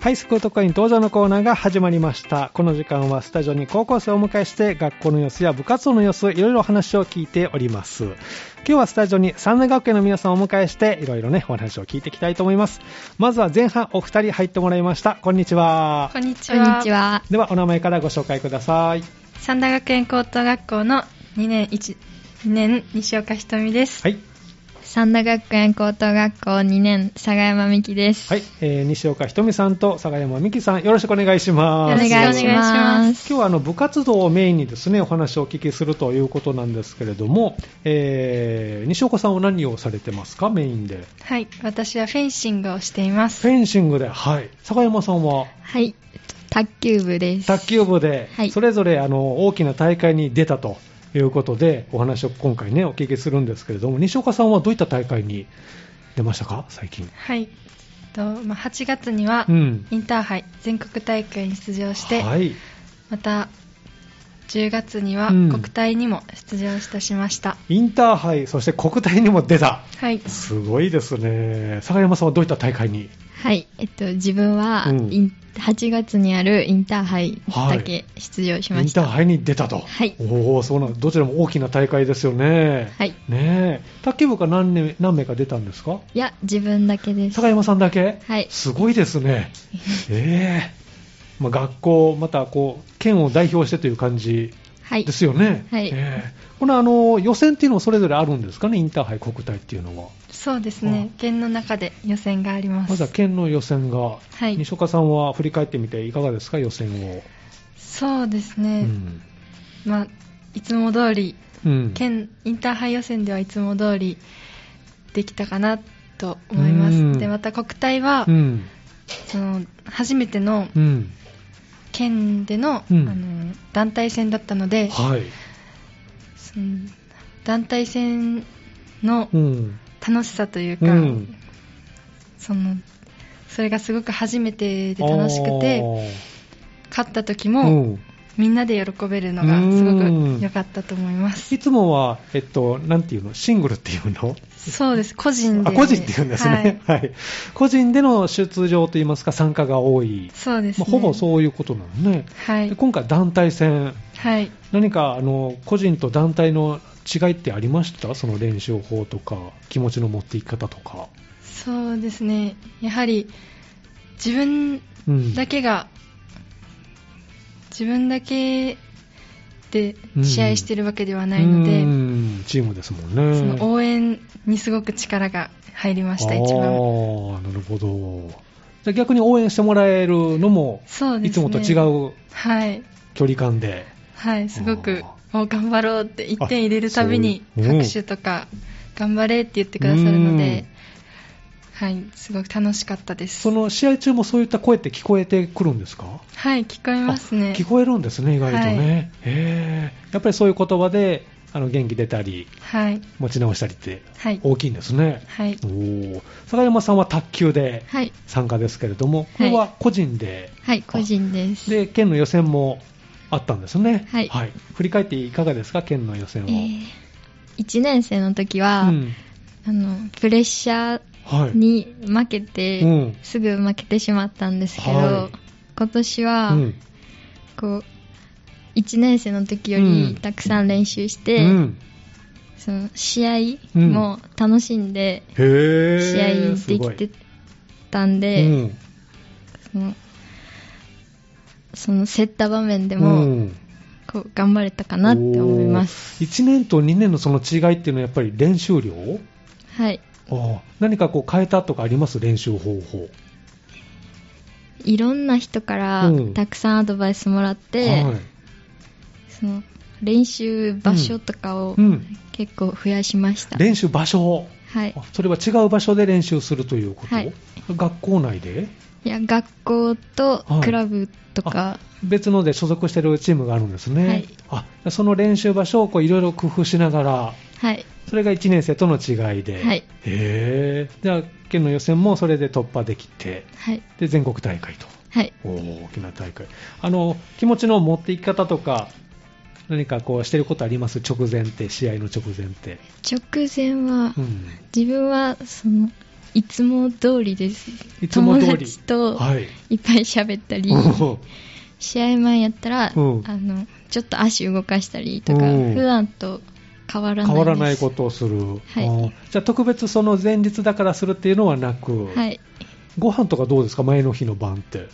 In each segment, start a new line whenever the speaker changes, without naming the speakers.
ハイスクール特化員登場のコーナーが始まりました。この時間はスタジオに高校生をお迎えして、学校の様子や部活動の様子、いろいろお話を聞いております。今日はスタジオに三大学園の皆さんをお迎えして、いろいろね、お話を聞いていきたいと思います。まずは前半お二人入ってもらいました。こんにちは。
こんにち
こん
は。
にちは。
では、お名前からご紹介ください。
三田学園高等学校の2年1、2年西岡ひとみです。
はい。
三田学園高等学校2年、佐賀山美希です。
はい。えー、西岡ひとみさんと佐賀山美希さん、よろしくお願いし
お
ます。
願いし
よろしくお願いし
ま。
ます
今日はあの部活動をメインにですねお話をお聞きするということなんですけれども、えー、西岡さんは何をされてますかメインで
はい。私はフェンシングをしていま
フ
す。
ェンシングではい坂山さんは
はい。卓球部です。
卓球部で
はい
それぞれあの大きな大会に出たということでお話を今回ねお聞きするんですけれども西岡さんはどういった大会に出ましたか最近
はい。とまあ、8月には
う、ん
インターハイ、全国大会に出場して、
はい
また、10月には
うん
国体にも出場いたしました。
インターハイそして国体にも出た
はい。
すごいですね坂山さんはどういった大会に
はい。えっと、自分は、
うん
イン8月にあるインターハイ
は
だ
い
け出場し
イ
ま
ン
し
ター
た。
ハイに出たと、
はい
おおそうなんどちらも大きな大会ですよね、
はい
ねえ卓球部が何年何名か出たんですか
いや、自分だけです。
坂山さんだけ、
はい
すごいです ね、ええまあ、学校、またこう県を代表してという感じ
はい
で。すよね、
はい
ええこのあの予選っていうのもそれぞれあるんですかね、インターハイ、国体っていうのは、
そうですね。県の中で予選があります。
まずは県の予選が、
はい
西岡さんは振り返ってみて、いかがですか、予選を。
そうです
う
ね。
ん
まあ、いつも通り、
うん
県インターハイ予選ではいつも通りできたかなと思い
う
ま
ん
す。で、また国体は、
うん
その初めての
うん
県での,、
うん
あの団体戦だったので、
はい
その団体戦の
うん
楽しさというか、
うん
そのそれがすごく初めてで楽しくて、勝った時
あー
も、
うん
みんなで喜べるのがすごく良かったと思います。
いつもは、えっと、なんていうの、シングルっていうの、
そうです、個人で。
あ個人っていうんですね、
はい
はい個人での出場といいますか、参加が多い、
そうです
ま
ね。
あ、ほぼそういうことなのね、
は
で
い。
今回、団体戦、
はい。
何かあの個人と団体の違いってありました、その練習法とか、気持ちの持っていき方とか。
そうですね。やはり、自分
うん
だけが、自分だけで試合してるわけではないので、
うんチームですもん
そ
ね。
の応援にすごく力が入りました、
あ
一番。
ーなるほど。じゃあ逆に応援してもらえるのも、
そうですね。
いつもと違
う。
う
はい。
距離感で。
はい、すごく
あ、
もう頑張ろうって、1点入れるたびに
そううん
拍手とか、頑張れって言ってくださるの
うん
で、はい、すごく楽しかったです
そ。の試合中もそういった声って聞こえてくるんですか
はい、聞こえますね。
聞こえるんですね、意外とね。へーやっぱりそういう言葉であの元気出たり、
はい。
持ち直したりって
はい。
大きいんですね。
はい
お。ー坂山さんは卓球で
はい。
参加ですけれども、これは個人で、
はい、個人です。
で県の予選もあったんですね。
はい
振り返っていかがですか、県の予選
え
を。
ー、1年生の時は、
うん
あの、プレッシャー、
はい、
に負けて、
うん
すぐ負けてしまったんですけど、
はい
今年は、
うん
こう1年生の時よ
うん
りたくさん練習して、
うん
その試合も楽しんで
へー
試合
す
で
ごい
きてたんで、
うん
そのその競った場面で
う
も、
ん
こう頑張れたかなって思います。
おー。1年と2年のその違いっていうのはやっぱり練習量
はい
ああ何かこう変えたとかあります練習方法。
いろんな人から
うん
たくさんアドバイスもらって、
はい
その練習場所とかを
うん、
結構増やしました。
練習場所、
はい
あ、それは違う場所で練習するということ、
はい
学校内で
いや学校とクラブとか、
別ので所属しているチームがあるんですね、
はい
あその練習場所をこういろいろ工夫しながら、
はい、
それが1年生との違いで、
はい
へーじゃあ、県の予選もそれで突破できて、
はい、
で全国大会と。
はい、
おー大きな大会あの気持ちの持っていき方とか何かこうしてることあります直前って試合の直前って、
直前は、
うん
自分はそのいつも通りです。
いつも通
友
り
達と
はい
いっぱい喋ったり、
おう
試合前やったら、
うん
あの、ちょっと足動かしたりとか、
うん
普段と変わらない
変
です。
わらないことをする、
はい
おうじゃあ特別その前日だからするっていうのはなく、
はい。
ご飯とかどうですか前の日の晩って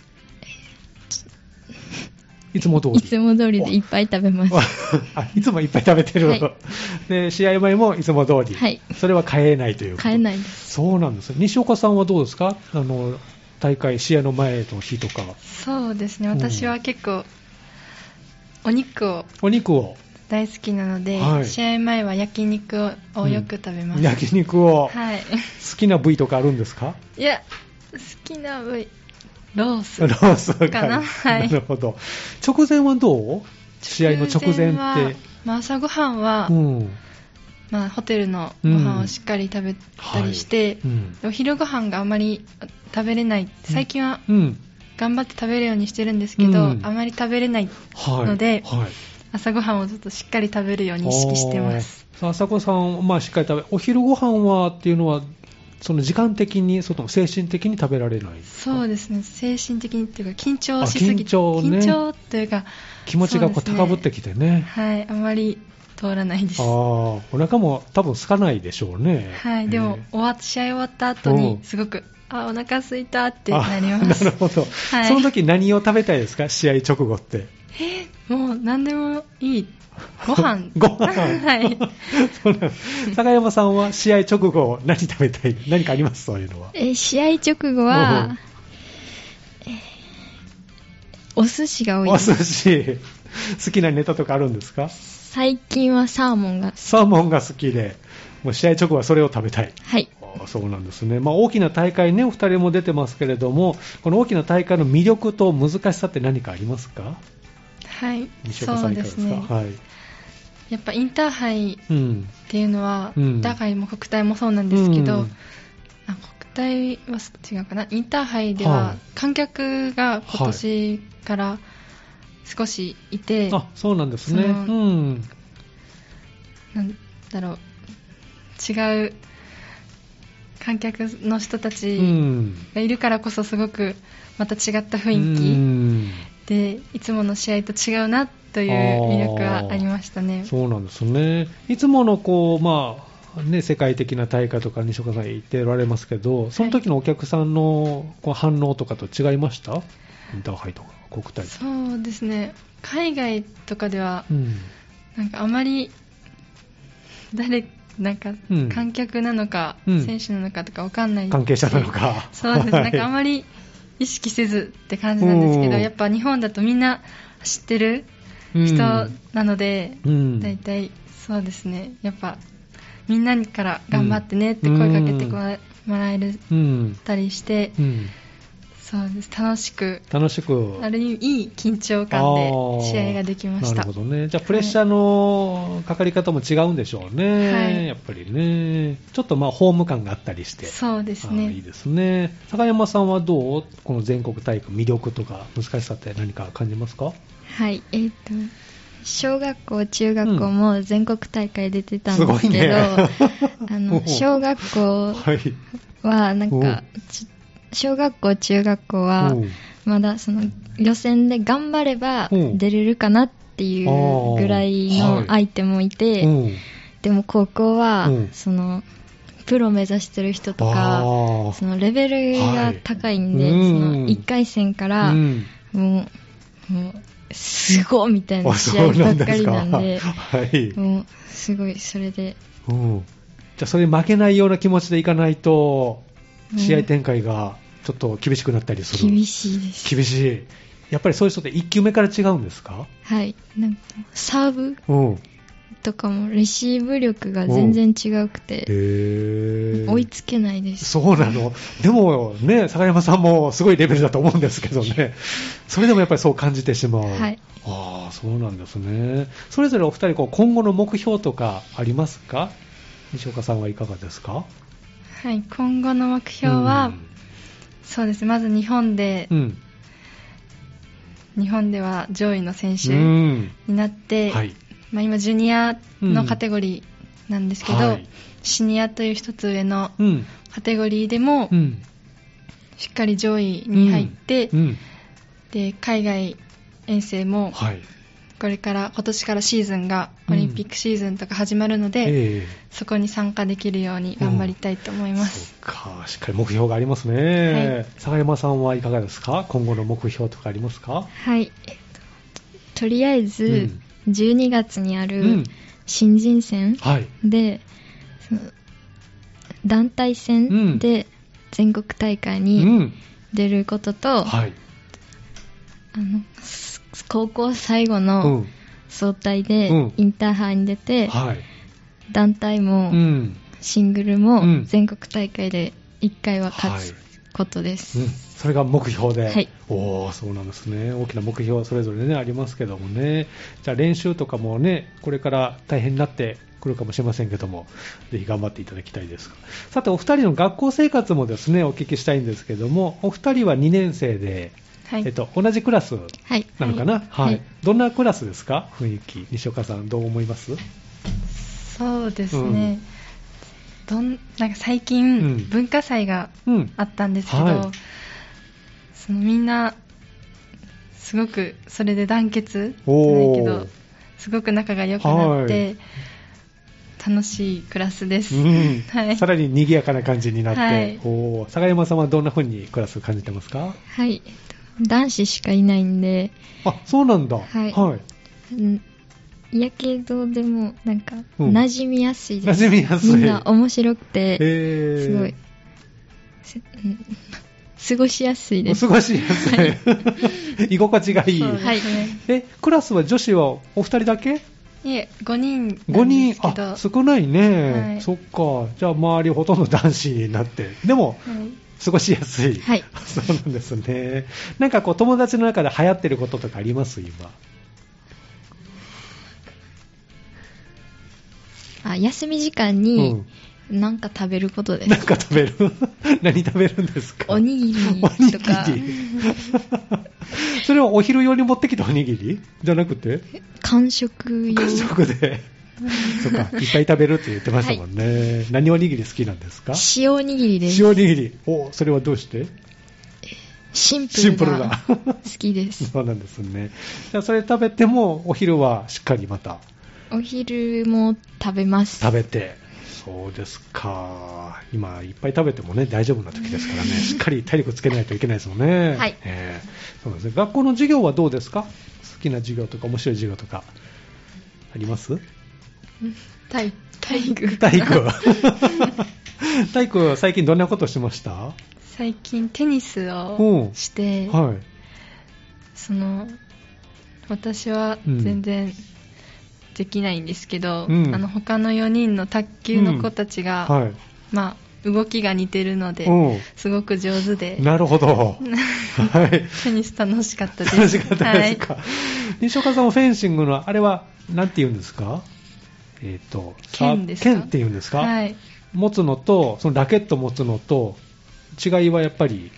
いつも通り
いつも通りでいっぱい食べます。
あいつもいっぱい食べてる、
はい
で試合前もいつも通り、
はい
それは変えないということ
買えないです。
そうなんです西岡さんはどうですかあの大会試合の前の日とか
そうですね
うん
私は結構、お肉を
お肉を
大好きなので、
はい
試合前は焼肉ををよく食べます、
焼肉を、好
はい
きな部位とかあるんですか
いや好きな部位ロース
ロースが
かなはい
なるほど直前はどう試合の直前って
はまあ、朝ごはんは、
うん
まあ、ホテルのご飯をしっかり食べたりして、
うん
お昼ご飯があまり食べれない最近は
うん
頑張って食べるようにしてるんですけど、
うん
あまり食べれない
はい
ので
はい
朝ごはんをちょっとしっかり食べるように意識してます
あー。さあ、朝子さん、まあ、しっかり食べ、お昼ご飯はっていうのは、その時間的に、その精神的に食べられない。
そうですね精神的にっていうか緊張しすぎ
あ
て
緊張ね
緊張というか
気持ちがこう
そうですね
高ぶってきてね。
はいあまり通らないです
ああ、お腹も多分空かないでしょうね。
はいでも
ええ
終わっ試合終わった後
う
に
ん
すごくあお腹空いたってなりま
あ
す
なる ほど、
はい
その時何を食べたいですか試合直後って。
もう何でもいいご飯
ご飯
はい
そうなの坂山さんは試合直後何食べたい何かありますそういうのは。
えー試合直後
おう
は、えーお寿司が多い
お
です
寿司、好きなネタとかあるんですか
最近はサーモンが
サーモンが好きで、もう試合直後はそれを食べたい。
はい
あーそうなんですね、まあ、大きな大会ね、お二人も出てますけれども、この大きな大会の魅力と難しさって何かありますか、
はい
西岡
そ
さん、
う
いかが
で
です
す
か、
ね
はい
やっぱインターハイ
うん
っていうのは、
うん
打開も国体もそうなんですけど、
うん
あ国体は違うかなインターハイで
は
はい観客が今年から少しいて、
あそうなんですね、う
その
ん、
なんだろう違う観客の人た
う
ち
ん、
がいるからこそすごくまた違った
う
雰囲気、
ん
でいつもの試合と違うなという魅力はありましたね。
そうなんですね、いつものこう、まあね、世界的な大会とか、西岡さん言っておられますけど、その時のお客さんのこう反応とかと違いました、インターハイとか、国体とか。
そうですね海外とかでは
うん
なんかあまり 誰なんか
うん
観客なのか、
うん
選手なのかとかわかんない
関係者なのか。
そうです、なんかあん
り
まり意識せずって感じなんですけど
うん
やっぱ日本だとみんな知ってる人なので、
うん
大体そうですねやっぱみんなから頑張ってねって声かけてこわもらえる
うん
たりして、
うん、
そうです楽しく
楽しく
ある意味いい緊張感で試合ができました
あーなるほどねじゃあプレッシャーのかかり方も違うんでしょうね、
はい
やっぱりねちょっとまあホーム感があったりして
そうです
あー
ね
いいですね坂山さんはどうこの全国大会魅力とか難しさって何か感じますか
はいえっ、と小学校中学校も全国大会出てたん
す
で
ご
す
い
け
ね
ど、あ
おう
の小学校
はい
はなん
おう
かち小学校中学校は
うん
まだその予選で頑張れば
おう
出れるかなっていうぐらい
あーはい
の相手もいて、
うん
でも高校は、
うん
そのプロ目指してる人と
あ
か
ー
そのレベルが高いんで、
はい
そ
うん
の1回戦から、
うん
もうもうすごいみたいな
あ
試
そ
合
う
ば
な
っ
ん
か
です
り
か
なんで
はい、
もうすごいそれで
うんじゃあそれに負けないような気持ちでいかないと
うん
試合展開がちょっと厳しくなったりする、
厳しいです
厳しいやっぱりそういう人って1球目から違うんですか
はいなんかサーブ
うんへ
とかもレシーブ力が全然違くて
え
追いつけないです
そうなのでもね坂山さんもすごいレベルだと思うんですけど ねそれでもやっぱりそう感じてしまう、
はい
ああそうなんですねそれぞれお二人こう今後の目標とかありますか西岡さんはいかがですか
はい、今後の目標は、そうですまず日本で、
うん、
日本では上位の選
う
手に
ん
なって、
はい
まあ、今、ジュニアのカテゴリーなんですけど、
はい
シニアという一つ上の
うん
カテゴリーでも、
うん
しっかり上位に入って、
うん
で海外遠征も
はい
これから今年からシーズンがオリンピックシーズンとか始まるので、
ええ
そこに参加できるように頑張りたいと思います、
そうかしっかり目標がありますね、
はい
坂山さんはいかがですか今後の目標とかありますか
はい、えっと、とりあえず、12月にあ
う
る
ん
新人戦
はい
で、その団体
うん
戦で全国大会
う
に
ん
出ることと、
はい
あのす高校最後
う
の
ん
総体で
うん
インターハイに出て、
はい
団体も、
うん
シングル
うん
も全国大会で1回は勝つ
はい
ことです、
うん、それが目標で、
はい
おおそうなんですね大きな目標はそれぞれ、ね、ありますけどもねじゃあ練習とかもねこれから大変になってくるかもしれませんけどもぜひ頑張っていただきたいですがさてお二人の学校生活もですねお聞きしたいんですけどもお二人は2年生で、
はい
えっと、同じクラス
はい
なのかな、は
はいい
どんなクラスですか雰囲気西岡さんどう思います
そうですね、どんなんか最近、
うん
文化祭が
うん
あったんですけど、
はい
そのみんなすごくそれで団結じゃない
お
け
ー
どすごく仲が良くなって、楽しいクラスです、
うん
はい
さらに賑やかな感じになって、
はい
おー坂山さんはどんな風にクラス感じてますか
はいえっと男子しかいないんで
あ、そうなんだ。
はい
はい。
うんやけどでもなんか
うん
馴染みやすいで
馴
す、
染み やすい。
みんな面白くて
えー
すごい、せうん過ごしやすいで
お
す
過ごしやすい。 居心地がいい。
そうです
はい
ね
え、クラスは女子はお二人だけ
いえ5人な
?5
んで
人
す、けど
あ、少ないね。
はい
そっか。じゃあ周りほとんど男子になって。でも、
はい
過ごしやすい。
はい。
そうなんですね。なんかこう友達の中で流行ってることとかあります今。
あ休み時間に何か食べることで す、
なんか食べる何食べるんですか
おにぎりとか
おにぎり それはお昼用に持ってきたおにぎりじゃなくて
完食用
家族 で。そっか、いっぱい食べるって言ってましたもんね。何おにぎり好きなんですか
塩おにぎりです
塩おにぎり。おそれはどうして
シンプ
シンプル
ル
な
な。好きです
そうなんですね。じゃあ、それ食べても、お昼はしっかりまた
お昼も食べます
食べて。そうですか。今、いっぱい食べてもね、大丈夫な時ですから ね。しっかり体力つけないといけないですもんね。
はい
ええそうなんですね。学校の授業はどうですか好きな授業とか、面白い授業とか、あり ます
体 体育
体育体育最近どんなことしてましたは
最近テニス
う
を
ん
して、
い
その私は全然できないんですけど、
うん
あの他の4人の卓球の子たちが、
は
まあ、動きが似てるので、
い
すごく上手で
うんなるほどはい
テニス楽しかったです
楽しかったです
はい
か西岡さんもフェンシングのあれはなんて言うんですかえっとさ
剣ですか
剣って言うんですか、
はい、
持つのとそのラケット持つのと違いはやっぱり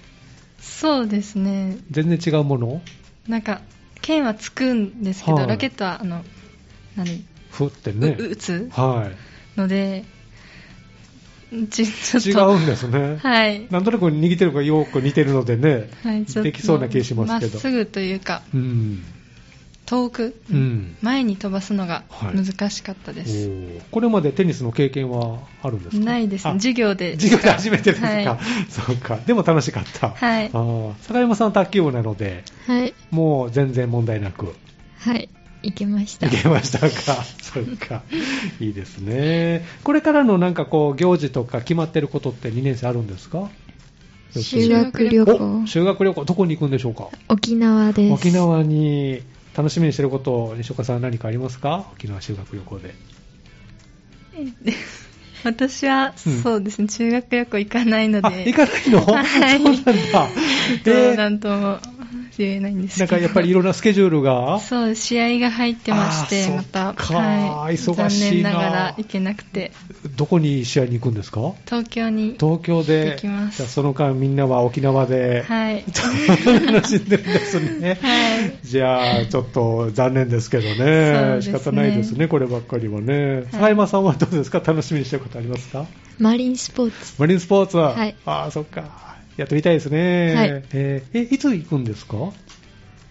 そうですね
全然違うもの
なんか剣はつくんですけど、
はい
ラケットはあの何、
ふってね
う打つ
は
のでちち
い
ょ
違
っと
うんですね、
はい
なんとなく握ってるのがよく似てるのでね、
はい、ちょっと
できそうな気がしますけど
まっすぐというか
うん
遠く、
うん
前に飛ばすのが
はい
難しかったです、
おーこれまでテニスの経験はあるんですか
ないですね
あ
授業で
授業で初めてですか、
はい
そうかでも楽しかった、
はい
あー坂山さんは卓球部なので
はい
もう全然問題なく
はい行けました
いけましたか そうかいいですねこれからのなんかこう行事とか決まってることって2年生あるんですか
修学旅
お
行
修学旅行どこに行くんでしょうか
沖縄です
沖縄に楽しみにしてること西岡さん何かありますか沖縄修学旅行で
私は、
うん
そうですね中学旅行行かないので
あ行かないの、
はい
そうなんだ、
ど
え
うな
ー
んとも言えないんですけ
なん
ど
かやっぱりいろんなスケジュールが。
そう試合が入ってまし
あー
て
そっ
また、
か
はい、
忙しいな
残念ながら行けなくて
どこに試合に行くんですか
東京に
東京で。
行きます
じゃあその間みんなは沖縄で。
はい
楽しんでるんですね。
はい
じゃあ、ちょっと残念ですけど
そう
ね
です
仕
ね
方ないですね、こればっかりはね。
はい
佐山さんはどうですか楽しみにしてることありますか
マリンスポーツ
マリンスポーツは、
はい
ああ、そっか。やってみたいですね。
はい
えーえ、いつ行くんですか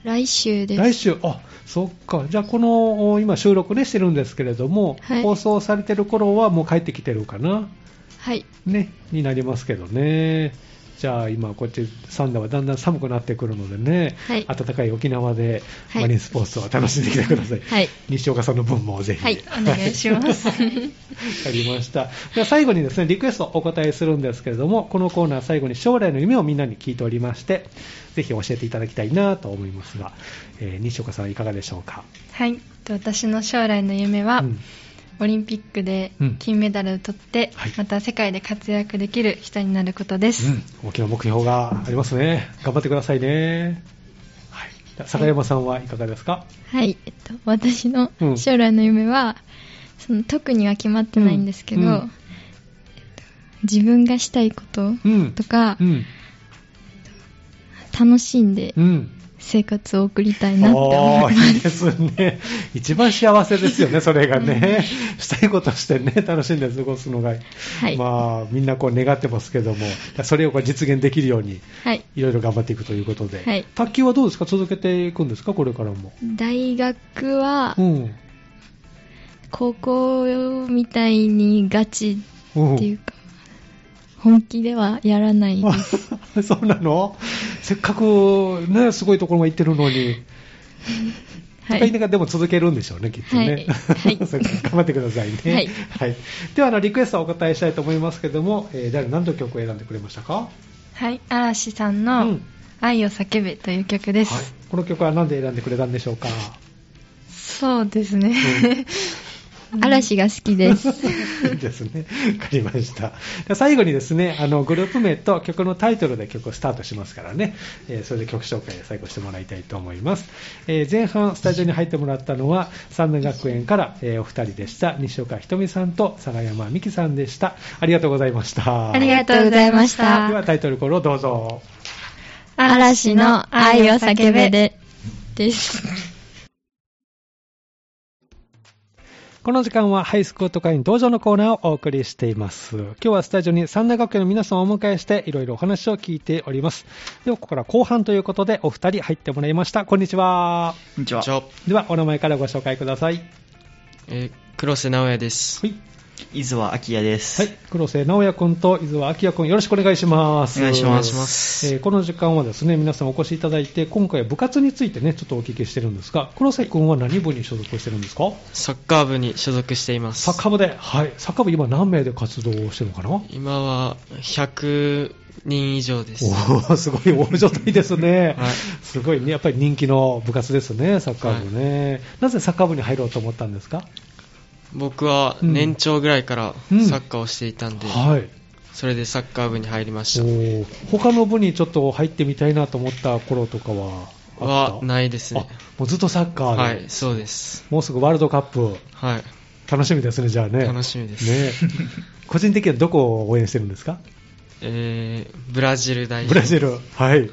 来週です
来週、あそっか、じゃあ、このお今、収録ねしてるんですけれども、
はい
放送されてる頃はもう帰ってきてるかな、
はい
ね、になりますけどね、じゃあ、今、こっち、サンダはだんだん寒くなってくるのでね、
はい
暖かい沖縄で
はい
マリンスポーツを楽しんできてください。
はい
西岡さんの分もぜひ、
はい
お願いし ます。
ありました。では最後にですね、リクエストお答えするんですけれども、このコーナー最後に将来の夢をみんなに聞いておりまして、ぜひ教えていただきたいなと思いますが、えー西岡さんいかがでしょうか。
はい、と私の将来の夢は、
うん
オリンピックで
うん
金メダルを取って、
はい
また世界で活躍できる人になることです。
うん、大きな目標がありますね。頑張ってくださいね。はい。じゃあ坂山さんはいかがですか、
はい、えっと、私の
うん
将来の夢は、その特には決まってないんですけど、
うんうん
えっと自分がしたいこと
うん
とか、
うん。
楽しんで
うん。
生活を送りたいなって思
お
い
ー
ま
いいですね。一番幸せですよね、それがね。したいことしてね、楽しんで過ごすのが、
す。はい、
まあ、みんなこう願ってますけども、それをこう実現できるように、
はい、
いろいろ頑張っていくということで、
はい
卓球はどうですか続けていくんですかこれからも。
大学は
うん。
高校みたいにガチ
うん
っていうか、本気ではやらないです。
あ そうなのせっかく、ね、すごいところまで行ってるのに。
は
とか言い
い、
ながらでも続けるんでしょうね、きっとね。
はいはい
そうか頑張ってくださいね。
はい
はいではあの、リクエストをお答えしたいと思いますけども、えー誰何の曲を選んでくれましたか
はい、嵐さん
う
の
ん
愛を叫べという曲です。
はい、この曲は何で選んでくれたんでしょうか
そうですね。
嵐が好きです。
いい ですね。わかりました。で最後にですね、あの、グループ名と曲のタイトルで曲をスタートしますからね、えーそれで曲紹介で最後してもらいたいと思います。えー前半、スタジオに入ってもらったのは、三年学園から、えーお二人でした。西岡ひとみさんと、佐賀山美希さんでした。ありがとうございました。
ありがとうございまし
では、
た。
タイトルコールをどうぞ。
嵐の愛を叫べで、です。
この時間はハイスクート会員登場のコーナーをお送りしています。今日はスタジオに三大学園の皆さんをお迎えしていろいろお話を聞いております。ではここから後半ということでお二人入ってもらいました。こんにちは。
こんにちは。
じゃあ、
ではお名前からご紹介ください。は
えー、黒瀬直也です。
い。
伊豆は明です。
はい。黒瀬直也くんと伊豆明也くんよろしくお願いします。
お願いします
えーこの時間はですね、皆さんお越しいただいて、今回は部活についてね、ちょっとお聞きしてるんですが、黒瀬くんは何部に所属してるんですか
サッカー部に所属しています。
サッカー部で。はい。サッカー部今何名で活動してるのかな
今は100人以上です。
おお、す ごい大所帯ですね、
はい
すごいね、やっぱり人気の部活ですね、サッカー部ね、なぜサッカー部に入ろうと思ったんですか、
僕は
うん
年長ぐらいから
うん
サッカーをしていたんで、
はい、
それでサッカー部に入りま
お
し
ー他の部にちょっと入ってみたいなと思った頃とかは
た。
あっ
は
た、
ないですね。
あもうずっとサッカーで、
はい、そうです。
もうすぐワールドカップ、
はい、
楽しみですね、じゃあね、
楽しみです。
ね個人的にはどこを応援してるんですか、
えー、ブラジル代
ブ
表。
ラジル、はい、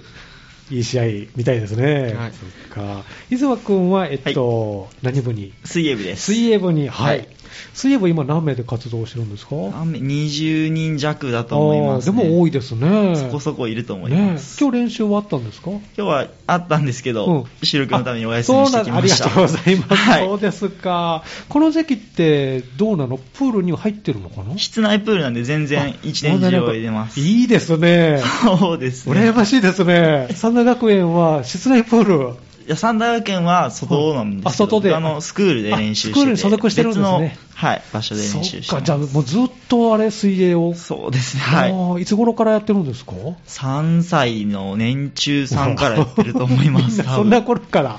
いい試合みたいですね、
はい
そっか伊沢君は、えっと何部に
水泳部です。
水泳部に、はい。
はい
水泳部今何名で活動してるんですか
あめ20人弱だと思います、ね。
あーでも多い
い。
ですね。
そこそこいると思い
ね
ま
え
す。
今日練習終わったんですか
今日はあったんですけど、
うん
収録のためにお休みしてきました。
あそうなんありがとうございます。
はい
そうですか。この時期ってどうなのプールには入ってるのかな
室内プールなんで全然一年中泳いでます。
いいですね。
そうですね。
羨ましいですね。三田学園は室内プール。
いや三大学園は外なんですけど、
あ外で
僕あのスクールで練習
あス
してて
クールに所属してるんですね
別の、はい、場所で練
そ
習
っ
して
か、
ます
じゃあもうずっとあれ水泳を。
そうですね、はい
あ。ーいつ頃からやってるんですか
3歳の年中3からやってると思いま す。
みんなそんな頃から。
は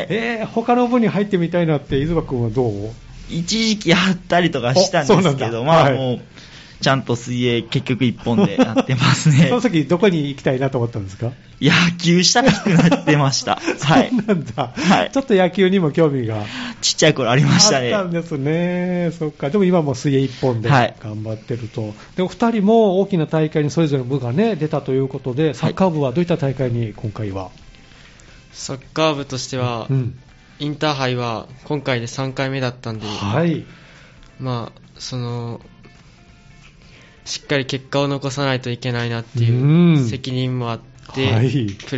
い。
えー、他の部に入ってみたいなって、伊豆く君はどう
一時期あったりとかしたんです
おそう
け
なんだ
ど、ま
は
あ
い
もう、ちゃんと水泳結局一本 でやってますね
そ。の時どこに行きたいなと思ったんですか
野球したくなって ました。はい
そ。うなんだ、
はい
ちょっと野球にも興味が
ちっちゃい頃ありましたね。
あったんですね。そっか。でも今も水泳一本で
はい
頑張ってると。で、お二人も大きな大会にそれぞれの部がね、出たということで、サッカー部はどういった大会に今回は、
サッカー部としては、
うん。
インターハイは今回で3回目だったんで、
はい。
まあ、その、しっかり結果を残さないといけないなって
う
い
ん
う責任もあっ
は
て、
い
プレ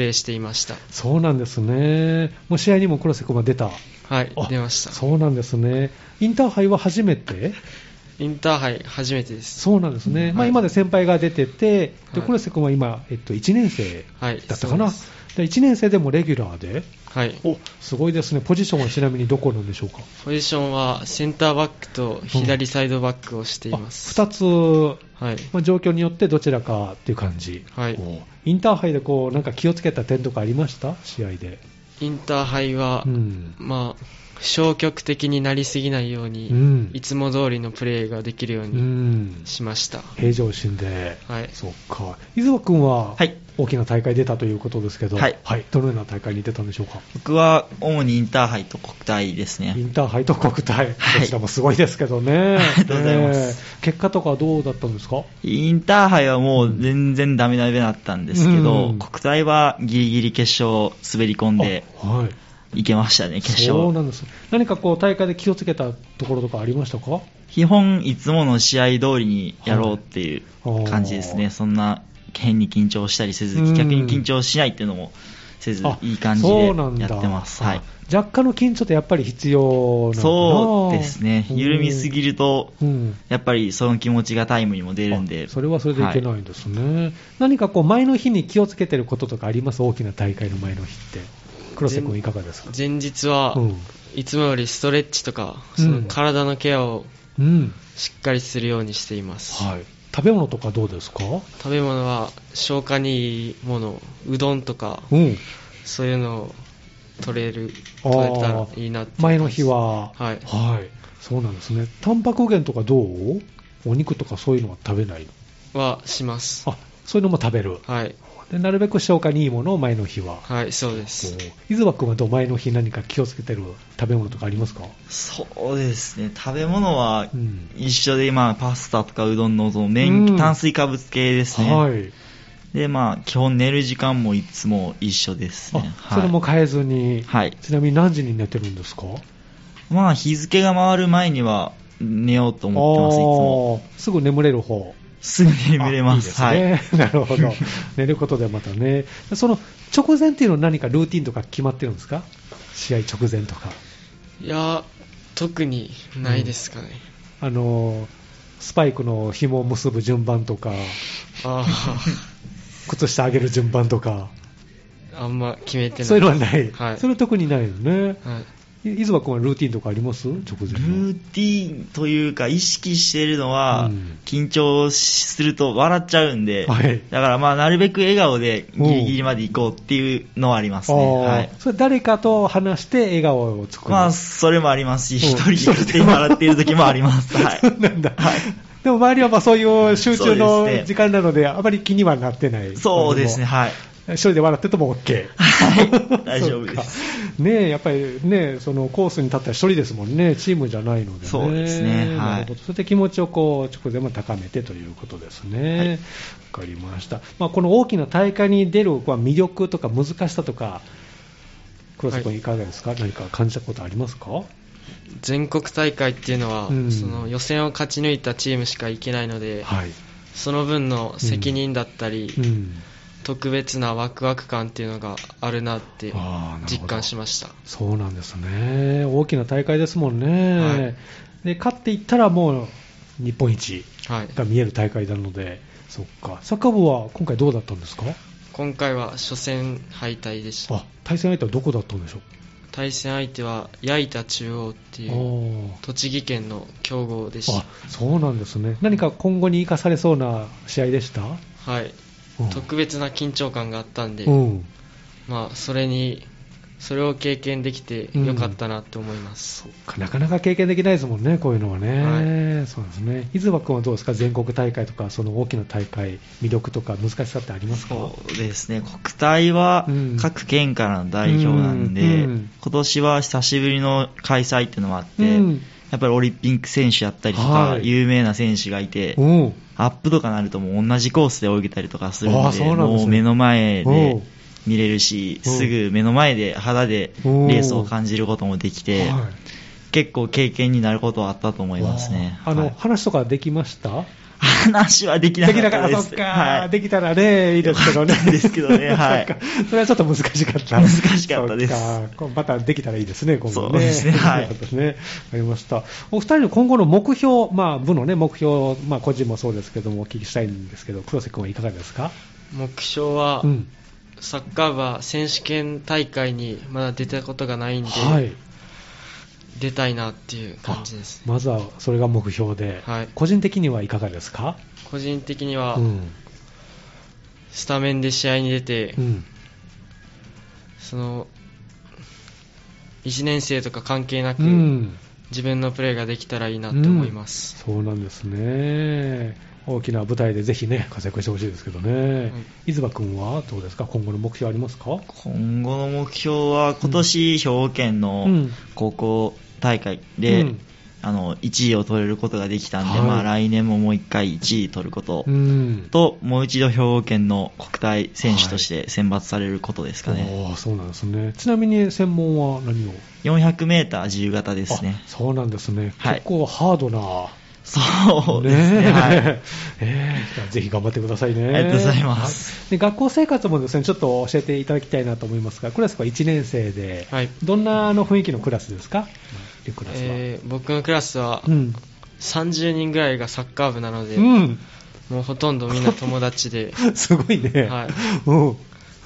ーしていました。
そうなんですね。もう試合にも黒瀬君は出た。
はい
あ、
出ました。
そうなんですね。インターハイは初めて
インターハイ初めてです。
そうなんですね。まあ
はい
今まで先輩が出てて、で、
はい
黒瀬君は今、えっと、1年生
はい。
だったかな。
そうです
で1年生でもレギュラーで。
はい。
お、すごいですね。ポジションはちなみにどこなんでしょうか
ポジションはセンターバックと左サイドバックをしています。
あ2つ、
はい。
まあ、状況によってどちらかっていう感じ、
はい。
おインターハイでこうなんか気をつけた点とかありました試合で、
インターハイは、
うん
まあ、消極的になりすぎないように、
うん
いつも通りのプレーができるよう
う
に
ん、
しました。
平常心で、
はい。
そっか伊沢君は
はい
大きな大会出たということですけど、
はい
どのような大会に出たんでしょうか、
僕は主にインターハイと国体です
イ
ね。
ンターハイと国体、
はい
どちらもすごいですけどね、
ありがとうございます
えー結果とかはどうだったんですか、
インターハイはもう全然ダメダメだったんですけど、
うん
国体はギリギリ決勝滑り込んで
あはい、
いけましたね、決
そうな
勝。
んです何かこう大会で気をつけたところとかありましたか
基本いつもの試合通りにやろうっていう感じで
は
す
い
ね。
あー
そんな変に緊張したりせず、
うん
逆に緊張しないっていうのもせず
あ、
いい感じ
そ
で
うなんだ
やってます。はい。
若干の緊張ってやっぱり必要なのかな
そうですね。緩みす
る。
ぎると、
うん
やっぱりその気持ちがタイムにも出るんで。
あそれはそれでいけない
は
んですね、何かこう前の日に気をつけてることとかあります大きな大会の前の日って黒瀬君いかがですか
前日は、
うん
いつもよりストレッチとか、
うん
その体のケアを
うん
しっかりするようにしています。
はい、食べ物とかどうですか、
食べ物は消化にいいもの、うどんとか、
うん、
そういうのを取れる、
あー
取れたらいいなって。
前の日。は、
はい
はい、そうなんですねタンパク源とかどうお肉とかそういうのは食べない
はします。
あそういうのも食べる
はい。
でなるべく消化にいいものを前の日は
はい、そうです。
伊豆君はどう前の日何か気をつけてる食べ物とかありますか、
そうですね。食べ物は
うん
一緒で、まあ、パスタとかうどんのその
うん
麺、炭水化物系ですね。
はい。
で、まあ、基本寝る時間もいつも一緒です
あ、
ね。
それも
は
変えずに、
い。はい。
ちなみに何時に寝てるんですか思って
まあ、日付が回る前には寝ようと思ってます、いつも。
すぐ眠れる方。
すぐ眠れます。
あいい
はい。
ですね。 なるほど。寝ることでまたね。その直前っていうのは何かルーティンとか決まってるんですか試合直前とか。
いや、特にないですかね。
あのー、スパイクの紐を結ぶ順番とか、
あ
靴下上げる順番とか、
あ、あんま決めてない。
そういうのはない。
はい
それ特にないよね。
はい。
伊豆君はルーティンとかあります直
ル
前の。
ーティーンというか、意識しているのは、
うん
緊張すると笑っちゃうんで、
はい
だからまあ、なるべく笑顔でギリギリまで行こうっていうのはあります
あ
ね。
ー
はい。
それ誰かと話して笑顔を作る。
まあ、それもありますし、
うん
一人一人で笑っている時もあります。はい。
そうなんだ。でも周りはまあそういう集中
そう
の
ですね
時間なので、あまり気にはなってない。
そうですね、
あ
はい。
でも一人で笑ってても OK。
はい。大丈夫です。
す。ねえ、やっぱりね、そのコースに立ったら一人ですもんね、チームじゃないのでね。
そうですねはい
なるほどそれで気持ちをこう、直前も高めてということですね。わ、かりました。まあ、この大きな大会に出るまあ魅力とか難しさとか、黒瀬君いかがですか、何か感じたことありますか
全国大会っていうのは、
うん
その予選を勝ち抜いたチームしか行けないので、
はい。
その分の責任だったり、
うん。
特別なワクワク感っていうのがあるなって
あーなるほど
実感しました
そうなんですね、大きな大会ですもんね、
はい
で勝っていったらもう日本一
はい
が見える大会なので、そっか、サッカー部は今回どうだったんですか、
今回は初戦敗退でした
あ対戦相手はどこだったんでしょう、
対戦相手は矢板中央っていう
あ
栃木県の強豪でし
ーあそうなんですね、何か今後に生かされそうな試合でした、
たはい
うん
特別な緊張感があったんで、
うん
まあそれにそれを経験できてよかったなって思います、
なかなか経験できないですもんね、こういうのはね、
は
そうですね、伊豆君はどうですか、全国大会とか、その大きな大会、魅力とか、難しさってありますか
そうですね、国体は
うん
各県からの代表なんで、
うんうん
今年は久しぶりの開催っていうのもあって、
うん
やっぱりオリンピック選手やったりとか、
はい
有名な選手がいて、
おう
アップとかなるともう同じコースで泳げたりとかするんで、
あーそうなんですね
もう目の前
おう
で見れるし、
おう
すぐ目の前で肌でレースを感じることもできて、
は
結構経験になることはあったと思いますね。
あの、
はい
話とかできました
話はできな
でき
か
なかっ
ったで
た、
す。
そっか、
はい
できたらね、いいですけどね
よかっ。たんですけどねはい
そっかそれはちょっと難しかった。
難しかったです
そっかこうまたできたらいいですね、今後ね。
そうですねはい
よかったですね。ありました。お二人の今後の目標、まあ、部のね、目標、まあ、個人もそうですけども、お聞きしたいんですけど、黒瀬君はいかがですか
目標は、
うん。
サッカー部は選手権大会にまだ出たことがないんで、
はい。
出たいなっていう感じです、
まずは、それが目標で、
はい
個人的にはいかがですか
個人的には、
うん。
スタメンで試合に出て、
うん。
その1年生とか関係なく、
うん。
自分のプレーができたらいいなって思います、
そうなんですね。大きな舞台でぜひね、活躍してほしいですけどね。伊豆葉君はどうですか今後の目標ありますか
今後の目標は、今年、兵庫県
う
の
ん
高校大会で、
うん
あの1位を取れることができたんで、
はい
まあ、来年ももう一回1位取ること、
うん。
と、もう一度兵庫県の国体選手として選抜されることですかね。
おーそうなんですね。ちなみに専門は何を
400メーター自由形ですね
あ。そうなんですね。
はい
結構ハードな。
そうですね。
え
はい。
ええじゃあぜひ頑張ってくださいね。
ありがとうございます
はい。で学校生活もですね、ちょっと教えていただきたいなと思いますが、クラスは1年生で、
はい
どんなあの雰囲気のクラスですかリュクラスは。
えー僕のクラスは
うん。
30人ぐらいがサッカー部なので、
うん。
もうほとんどみんな友達で
すごいね。
はい
うん。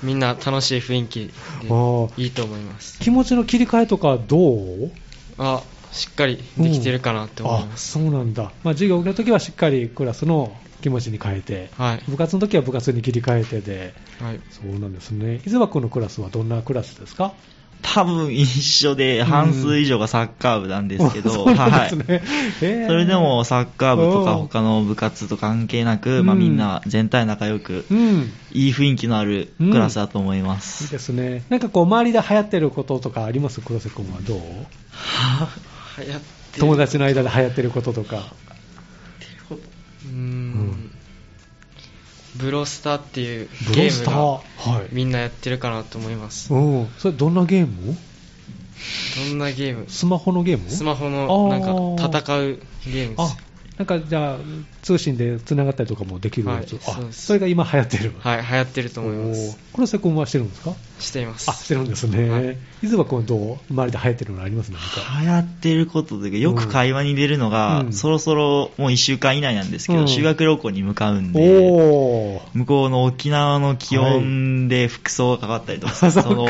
みんな楽しい雰囲気で
おー
いいと思います
気持ちの切り替えとかどう
あしっかりできてるかなって思いま
あ
す、
そうなんだ、まあ、授業の時はしっかりクラスの気持ちに変えて、
はい、
部活の時は部活に切り替えてで、
はい、
そうなんですね、伊豆はこのクラスはどんなクラスですか
多分一緒で、半数以上がサッカー部なんですけ ど、
そうなんですね、
はい。
へー
それでもサッカー部とか
おう
他の部活と関係なく、まあ
うん
みんな全体仲良く
う、ん、
いい雰囲気のあるクラスだと思いま
いい
す。
ですね、なんかこう、周りで流行ってることとかあります、黒瀬君はどう
流行って
友達の間で流行ってることとか、
うーん
ん
ブロスターっていう
ブ
ゲ
ロス
ー
ター、
ム
は
が
い、
みんなやってるかなと思いますど
うん、それ、どんなゲーム
んなゲーム
スマホのゲーム
スマホのなんか戦うゲームで
あ
す
なんかじゃあ、通信でつながったりとかもできるやつ、
はいそう
あ
です
それが今流行ってる、
はい流行ってると思いま
おー
す
黒瀬君はしてるんですか
していま
あ、し
す
てるんですね。
はい
い、伊豆は君はどう周りで流行ってるのありますね、なんか。
流行ってることというか、よく会話に出るのが、
うん
そろそろもう1週間以内なんですけど、
うん
修学旅行に向かうんで、
おー。
向こうの沖縄の気温で服装がかかったりとか、
あそうか
その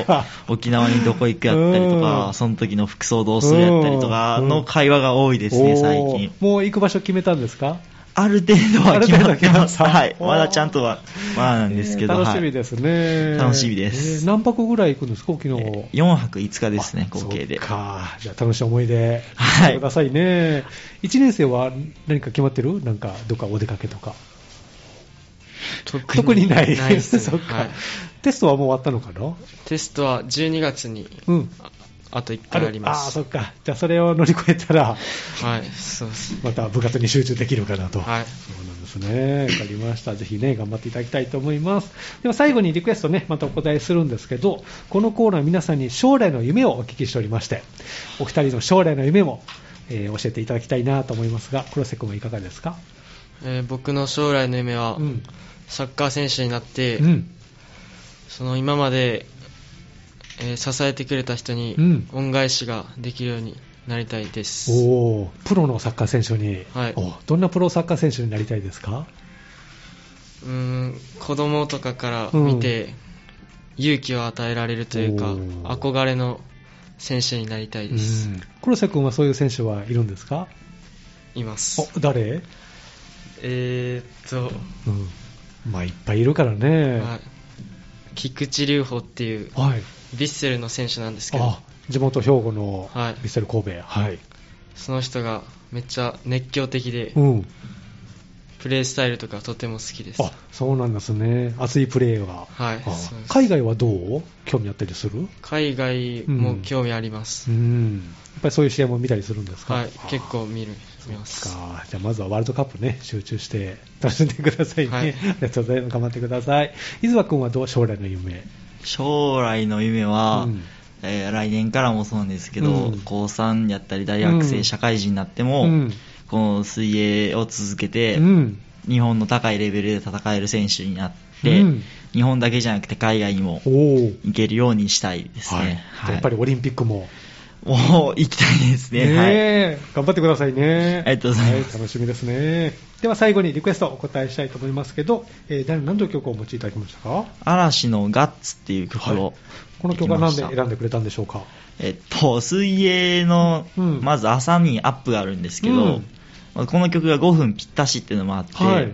沖縄にどこ行くやったりとか、
うん
その時の服装どうするやったりとかの会話が多いですね、最
おー
近。
もう行く場所決めたんですか
ある程度は決まってます。
ある程度は決まった
はい。まだちゃんとは、まだなんですけど、
えー楽しみ
はい
ですね。
楽しみで
え
す
ー何泊ぐらい行くんですか、沖縄。
4泊5日ですね、
あ
合計で
そっ。か。じゃあ楽しい思い出。
はい
くださいね。1年生は何か決まってるなんか、どっかお出かけとか。特にない。
ないですね
そっか、
はい
テストはもう終わったのかな
テストは12月に
うん。
ああと1回ありま
あー
す
そっか。じゃあそれを乗り越えたら、
はいそうです
また部活に集中できるかなと。
はい
そうなんですね。わかりました。ぜひね、頑張っていただきたいと思います。では最後にリクエストね、またお答えするんですけど、このコーナー皆さんに将来の夢をお聞きしておりまして、お二人の将来の夢も、えー教えていただきたいなと思いますが、黒瀬君はいかがですか
えー僕の将来の夢は、
うん。
サッカー選手になって、
うん。
その今まで、えー支えてくれた人に
うん
恩返しができるようになりたいです、
おープロのサッカー選手に、
はい
おどんなプロサッカー選手になりたいですか
うーん子供とかから見て、勇気を与えられるというか
おー
憧れの選手になりたいです、
うん黒瀬君はそういう選手はいるんですか
います
お誰
えーっと、
うん、まあいっぱいいるからね、
はい、菊池隆法っていう
はい、
ヴィッセルの選手なんですけど
あ地元兵庫の
はい
ヴィッセル神戸、はい
その人がめっちゃ熱狂的で、
うん、
プレースタイルとかとても好きです
あそうなんですね、熱いプレーが、
はい
あ
そうです
海外はどう興味あったりする、
海外も興味あります、
うん、やっぱりそういう試合も見たりするんですか、
はい
あー
結構見る見ま
そ
す
っかじゃあまずはワールドカップね集中して楽しんでくださいね、
はい
ありがとうございます頑張ってください伊豆君はどう将来の夢
将来の夢は、
うん
えー来年からもそうなんですけど、
うん
高3やったり大学生、
うん
社会人になって
う
も、
ん
この水泳を続けて、
うん
日本の高いレベルで戦える選手になって、
うん
日本だけじゃなくて海外にも
おお、
行けるようにしたいです
はい
ね。はい
やっぱりオリンピックも、
もう行きたいですね。
ね
はい。
え頑張ってくださいね
ありがとうございます
は楽しみですねでは最後にリクエストお答えしたいと思いますけど、えー、何何という曲をお持ちいただきましたか
嵐のガッツっていう曲を、
はいこの曲は何で
行きました
選んでくれたんでしょうか
えっと、水泳の、
うん
まず朝にアップがあるんですけど、
うん
まあこの曲が5分ぴったしっていうのもあって、
はい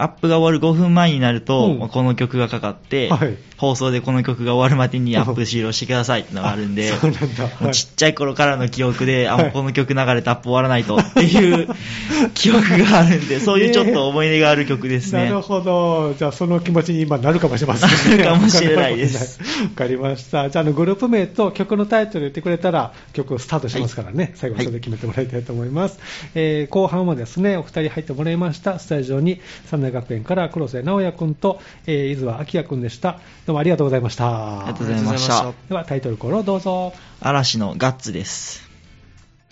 アップが終わる5分前になると、
うん
まあこの曲がかかって、
はい
放送でこの曲が終わるまでにアップ終了してくださいってのがあるんで、
あそうなんだはい
もうちっちゃい頃からの記憶で、
はい
あ、もうこの曲流れてアップ終わらないとっていう 記憶があるんで、そういうちょっと思い出がある曲ですね。
なるほど。じゃあ、その気持ちに今なるかもしれませんね。
なるかもしれないです
わかりました。じゃあ、あの、グループ名と曲のタイトル言ってくれたら、曲をスタートしますからね。最後、それで決めてもらいたいと思います。えー後半はですね、お二人入ってもらいました。スタジオに、三大学園から黒瀬直也くんと、えー、伊豆は明也くんでした。どうもありがとうございました。
ありがとうございま
あ
し
りがとうございましたた。
では、タイトルコールをどうぞ。
嵐のガッツです。